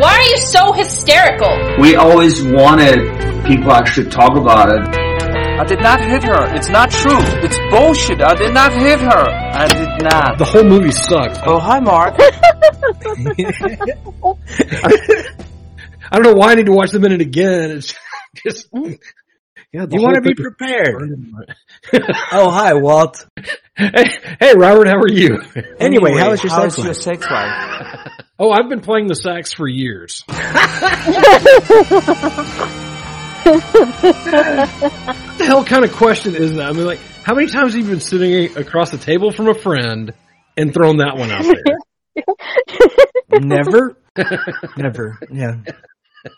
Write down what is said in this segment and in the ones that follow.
Why are you so hysterical? We always wanted people actually talk about it. I did not hit her. It's not true. It's bullshit. I did not hit her. I did not. The whole movie sucks. Oh, hi, Mark. I don't know why I need to watch the minute again. It's just yeah. The You whole want to be thing- prepared. Oh, hi, Walt. hey, hey, Robert, how are you? Anyway, how is your sex life? sex life? Oh, I've been playing the sax for years. what the hell kind of question is that? I mean, like, how many times have you been sitting across the table from a friend and thrown that one out there? Never? never. Yeah.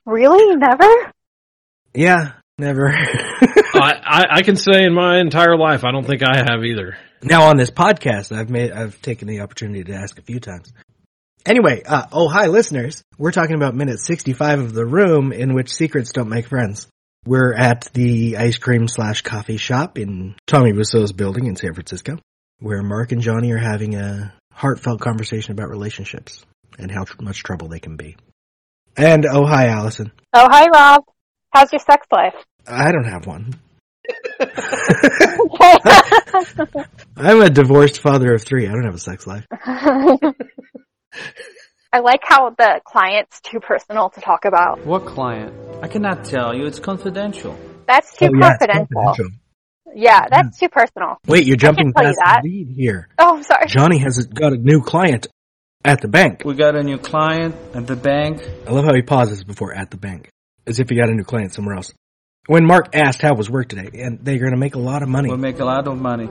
Really? Never? Yeah, never. I, I, I can say in my entire life, I don't think I have either. now on this podcast, I've made I've taken the opportunity to ask a few times. Anyway, uh, oh hi listeners. We're talking about minute 65 of the room in which secrets don't make friends. We're at the ice cream slash coffee shop in Tommy Wiseau's building in San Francisco, where Mark and Johnny are having a heartfelt conversation about relationships and how tr- much trouble they can be. And oh hi Allison. Oh, hi, Rob. How's your sex life? I don't have one. I'm a divorced father of three. I don't have a sex life. I like how the client's too personal to talk about. What client? I cannot tell you. It's confidential. That's too Oh, Hmm. yeah, it's confidential. confidential. Yeah, that's too personal. Wait, you're jumping tell you past that. the lead here. Oh, I'm sorry. Johnny has got a new client at the bank. We got a new client at the bank. I love how he pauses before at the bank, as if he got a new client somewhere else. When Mark asked how was work today, and they're going to make a lot of money. We'll make a lot of money.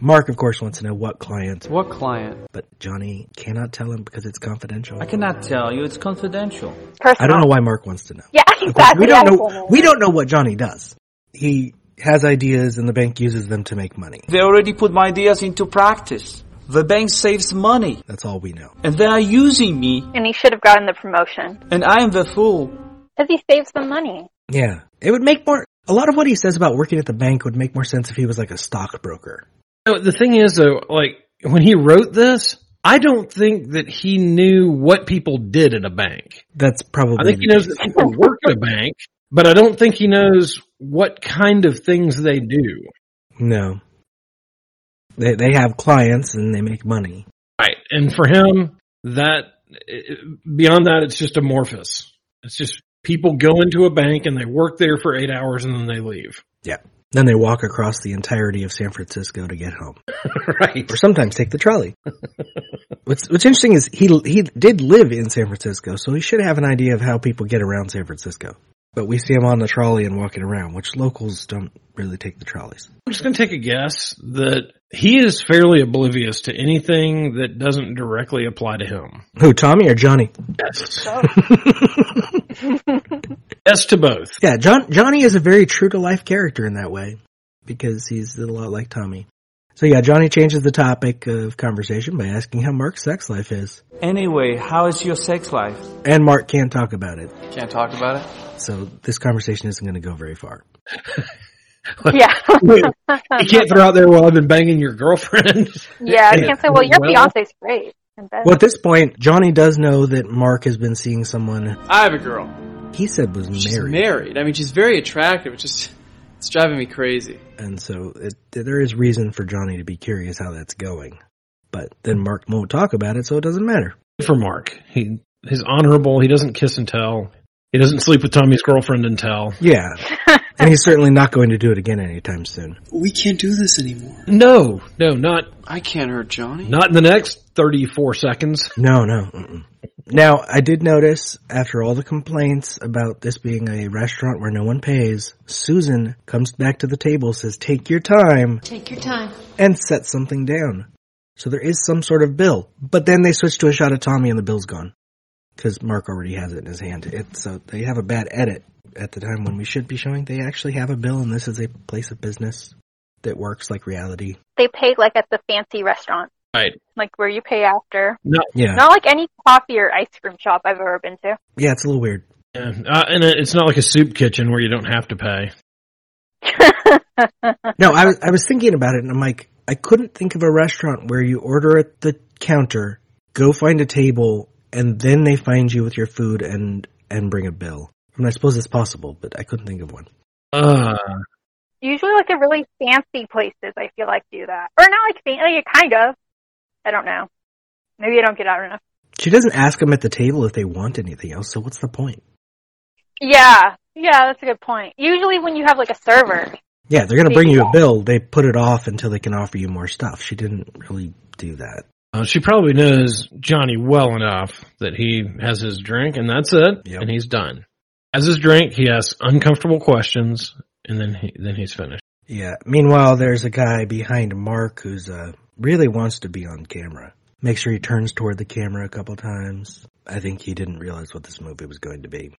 Mark, of course, wants to know what client, What client? but Johnny cannot tell him because it's confidential. I cannot tell you. It's confidential. Personal. I don't know why Mark wants to know. Yeah, Of course, exactly. we I don't know. We don't know what Johnny does. He has ideas, and the bank uses them to make money. They already put my ideas into practice. The bank saves money, That's all we know. and they are using me, And he should have gotten the promotion and I am the fool. because he saves them money. Yeah, it would make more. A lot of what he says about working at the bank would make more sense if he was like a stockbroker. No, the thing is though, like when he wrote this, I don't think that he knew what people did at a bank. That's probably. I think he the knows case. that people work at a bank, but I don't think he knows what kind of things they do. No. They they have clients and they make money. Right. And for him, that beyond that, it's just amorphous. It's just people go into a bank and they work there for eight hours and then they leave. Then they walk across the entirety of San Francisco to get home, right. or sometimes take the trolley. what's What's interesting is he he did live in San Francisco, so he should have an idea of how people get around San Francisco. But we see him on the trolley and walking around, which locals don't really take the trolleys. I'm just going to take a guess that he is fairly oblivious to anything that doesn't directly apply to him. Who, Tommy or Johnny? Yes. yes to both. Yeah, John Johnny is a very true to life character in that way because he's a lot like Tommy. So yeah, Johnny changes the topic of conversation by asking how Mark's sex life is, Anyway, how is your sex life? and Mark can't talk about it. Can't talk about it. So this conversation isn't going to go very far. Yeah. You can't throw out there while I've been banging your girlfriend. yeah, I can't say, well, your Well- fiance's great. And then- Well, at this point, Johnny does know that Mark has been seeing someone I have a girl. he said was She's married, married. I mean, she's very attractive. It's just, it's driving me crazy. and so it, there is reason for Johnny to be curious how that's going. But then Mark won't talk about it, so it doesn't matter. Good for Mark. He he's honorable. He doesn't kiss and tell. He doesn't sleep with Tommy's girlfriend and tell. Yeah, and he's certainly not going to do it again anytime soon. We can't do this anymore. No, no, not I can't hurt Johnny. not in the next thirty four seconds. No, no. Mm-mm. Now, I did notice after all the complaints about this being a restaurant where no one pays, Susan comes back to the table, says, Take your time, Take your time. and sets something down. So there is some sort of bill. But then they switch to a shot of Tommy and the bill's gone. because Mark already has it in his hand. It, so they have a bad edit at the time when we should be showing they actually have a bill, and this is a place of business that works like reality. They pay like at the fancy restaurant, Right. like where you pay after. Yeah, Not like any coffee or ice cream shop I've ever been to. yeah, it's a little weird. Yeah. Uh, and it- it's not like a soup kitchen where you don't have to pay. No, I was I was thinking about it, and I'm like, I couldn't think of a restaurant where you order at the counter, go find a table, and then they find you with your food and and bring a bill. I mean, I suppose it's possible, but I couldn't think of one. Uh, Usually, like the really fancy places, I feel like do that, or not like fancy, like, kind of. I don't know. Maybe I don't get out enough. She doesn't ask them at the table if they want anything else, so what's the point? Yeah, yeah, that's a good point. Usually, when you have like a server, Yeah, they're gonna bring you a bill. They put it off until they can offer you more stuff. She didn't really do that. uh, she probably knows Johnny well enough that he has his drink and that's it, Yep. and he's done. Has his drink, he asks uncomfortable questions, and then he, then he's finished. Yeah. Meanwhile, there's a guy behind Mark who's uh really wants to be on camera. Make sure he turns toward the camera a couple times. I think he didn't realize what this movie was going to be.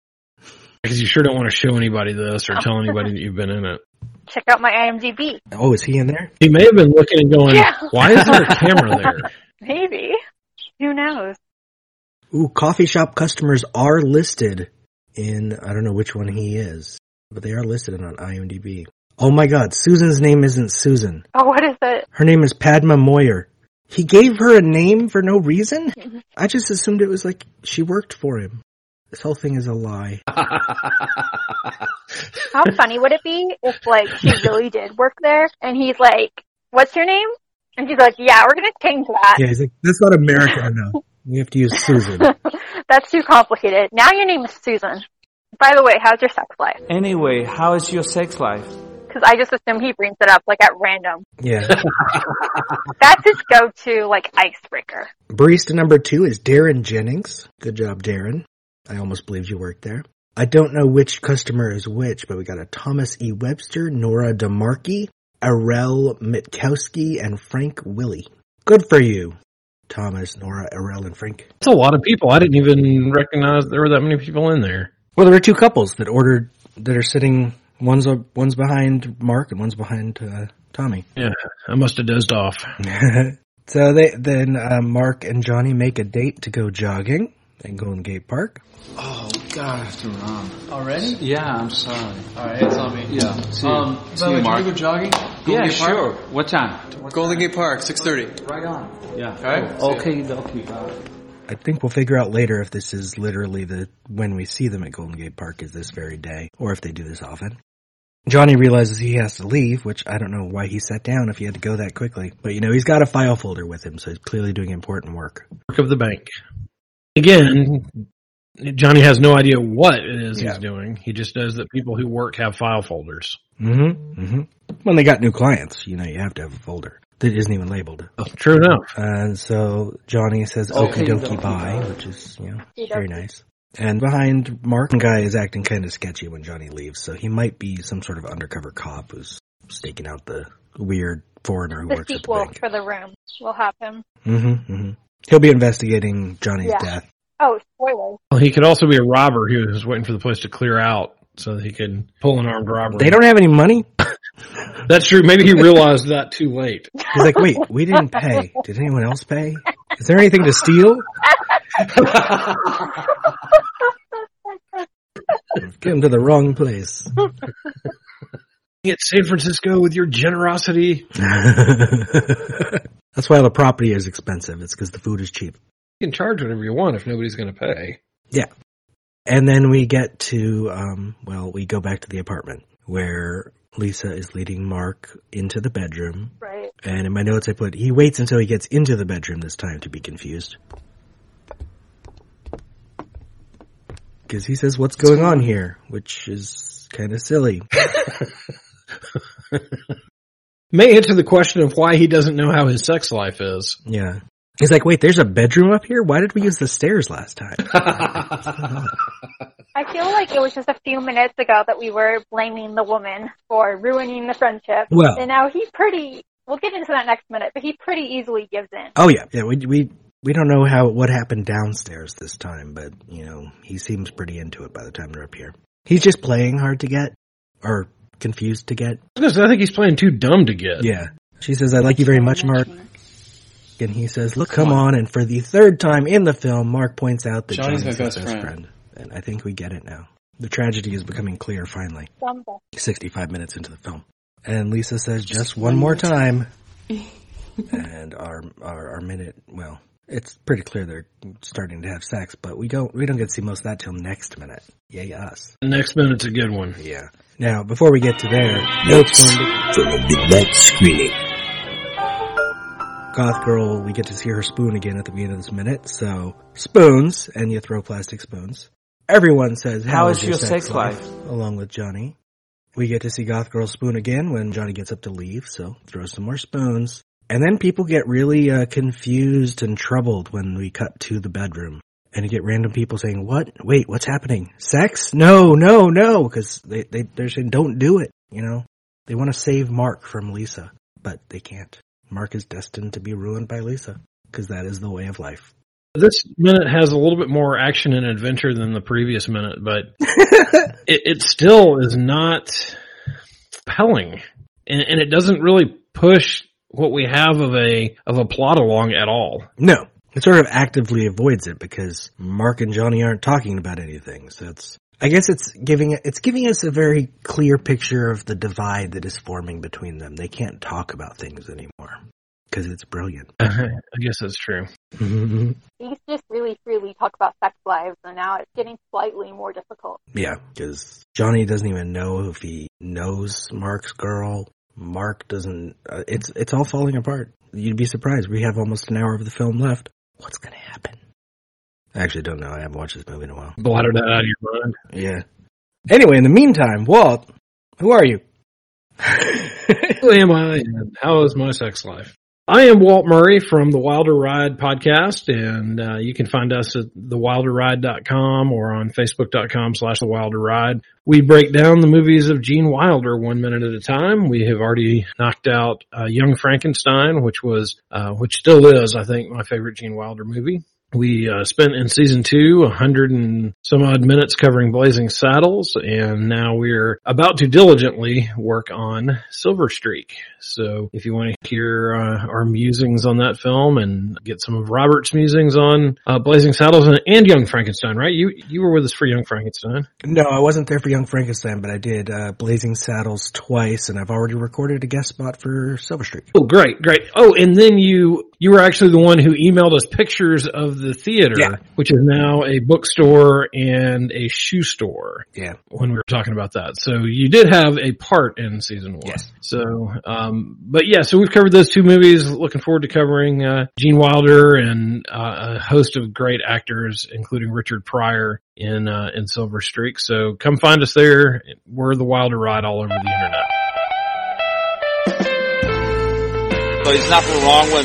Because you sure don't want to show anybody this or tell anybody that you've been in it. check out my IMDb. Oh, is he in there? He may have been looking and going, Yeah. "Why is there a camera there?" Maybe. Who knows? Ooh, coffee shop customers are listed in I don't know which one he is, but they are listed on IMDb. Oh my god, Susan's name isn't Susan. Oh, what is that? Her name is Padma Moyer. He gave her a name for no reason? I just assumed it was like she worked for him. This whole thing is a lie. How funny would it be if like she really did work there and he's like, What's your name? And she's like, Yeah, we're gonna change that. Yeah, he's like, that's not American enough. We have to use Susan. That's too complicated. Now your name is Susan. By the way, how's your sex life? Anyway, how is your sex life? Because I just assume he brings it up like at random. Yeah. That's his go-to like icebreaker. Barista number two is Darren Jennings. Good job, Darren. I almost believed you worked there. I don't know which customer is which, but we got a Thomas E. Webster, Nora DeMarkey, Arel Mitkowski, and Frank Willie. Good for you, Thomas, Nora, Arel, and Frank. That's a lot of people. I didn't even recognize there were that many people in there. Well, there were two couples that ordered that are sitting. One's uh, one's behind Mark and one's behind uh, Tommy. Yeah, I must have dozed off. so they then uh, Mark and Johnny make a date to go jogging and go in Gate Park. Oh God, I've thrown on already. Yeah, I'm sorry. All right, it's on me. Yeah. See you. Um, by the way, do you wanna go jogging? yeah, Golden Gate Park? sure. What time? Golden Gate Park, six thirty. Right on. Yeah. All right. Okay, okay. I think we'll figure out later if this is literally the when we see them at Golden Gate Park is this very day, or if they do this often. Johnny realizes he has to leave, which I don't know why he sat down if he had to go that quickly. But you know, he's got a file folder with him, so he's clearly doing important work. Work of the bank. Again, Johnny has no idea what it is Yeah. he's doing. He just knows that people who work have file folders. Mm-hmm. Mm-hmm. When they got new clients, you know, you have to have a folder that isn't even labeled. True enough. And so Johnny says okie Okay, dokie dokie, bye, which is, you know, very nice. And behind Mark, the guy is acting kind of sketchy when Johnny leaves, so he might be some sort of undercover cop who's staking out the weird foreigner who The works at the sequel bank. for the room. We'll have him. Mm-hmm, mm-hmm. He'll be investigating Johnny's Yeah. death. Oh, spoiler. Well, he could also be a robber who was waiting for the place to clear out so that he could pull an armed robbery. They don't have any money. That's true. Maybe he realized that too late. He's like, wait, we didn't pay. Did anyone else pay? Is there anything to steal? Get him to the wrong place. At San Francisco with your generosity. That's why the property is expensive. It's because the food is cheap. You can charge whatever you want if nobody's going to pay. And then we get to, um, well, we go back to the apartment where Lisa is leading Mark into the bedroom. Right. And in my notes, I put, he waits until he gets into the bedroom this time to be confused. Because he says, what's going on here? Which is kind of silly. May answer the question of why he doesn't know how his sex life is. Yeah. He's like, wait, there's a bedroom up here? Why did we use the stairs last time? I feel like it was just a few minutes ago that we were blaming the woman for ruining the friendship. Well- and now he pretty. We'll get into that next minute, but he pretty easily gives in. Oh yeah, yeah. We we we don't know how what happened downstairs this time, but you know he seems pretty into it by the time they're up here. He's just playing hard to get or confused to get. I was gonna say, I think he's playing too dumb to get. Yeah. She says, "I like you very much, Mark." And he says, "Look, come on!" And for the third time in the film, Mark points out that Johnny's Johnny's, my his best best friend. friend. and I think we get it now. The tragedy is becoming clear finally. Dumbo. 65 minutes into the film. And Lisa says, just one more time. and our, our, our minute, well, it's pretty clear they're starting to have sex, but we don't, we don't get to see most of that till next minute. Yay us. The next minute's a good one. Yeah. Now, before we get to there, notes from a midnight screening. Goth Girl, we get to see her spoon again at the beginning of this minute, so spoons, and you throw plastic spoons. Everyone says, How is your sex Along with Johnny. We get to see Goth Girl spoon again when Johnny gets up to leave, so throw some more spoons. And then people get really uh, confused and troubled when we cut to the bedroom. And you get random people saying, what? Wait, what's happening? Sex? No, no, no, because they, they, they're saying don't do it, you know? They want to save Mark from Lisa, but they can't. Mark is destined to be ruined by Lisa, because that is the way of life. This minute has a little bit more action and adventure than the previous minute, but it, it still is not compelling, and, and it doesn't really push what we have of a of a plot along at all. No. It sort of actively avoids it because Mark and Johnny aren't talking about anything. So it's, I guess it's giving, it's giving us a very clear picture of the divide that is forming between them. They can't talk about things anymore because it's brilliant. I guess that's true. They used to just really freely talk about sex lives, and now it's getting slightly more difficult. Yeah, because Johnny doesn't even know if he knows Mark's girl. Mark doesn't. Uh, it's it's all falling apart. You'd be surprised. We have almost an hour of the film left. What's gonna happen? I actually don't know. I haven't watched this movie in a while. Bladder that out of your mind. Yeah. Anyway, in the meantime, Walt, who are you? Who am I? And how is my sex life? I am Walt Murray from the Wilder Ride podcast, and uh, you can find us at thewilderride.com or on facebook.com slash the Wilder Ride. We break down the movies of Gene Wilder one minute at a time. We have already knocked out uh, Young Frankenstein, which was, uh, which still is, I think, my favorite Gene Wilder movie. We uh, spent in season two a hundred and some odd minutes covering Blazing Saddles, and now we're about to diligently work on Silver Streak. So, if you want to hear uh, our musings on that film and get some of Robert's musings on uh, Blazing Saddles and, and Young Frankenstein, right? You you were with us for Young Frankenstein. No, I wasn't there for Young Frankenstein, but I did uh, Blazing Saddles twice, and I've already recorded a guest spot for Silver Streak. Oh, great, great. Oh, and then you you were actually the one who emailed us pictures of the theater, Yeah. which is now a bookstore and a shoe store. Yeah. when we were talking about that. So you did have a part in season one. Yes. So, um, but yeah, so we've covered those two movies. Looking forward to covering, uh, Gene Wilder and, uh, a host of great actors, including Richard Pryor in, uh, in Silver Streak. So come find us there. We're the Wilder Ride all over the internet. So it's not wrong when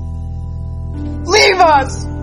Leave us!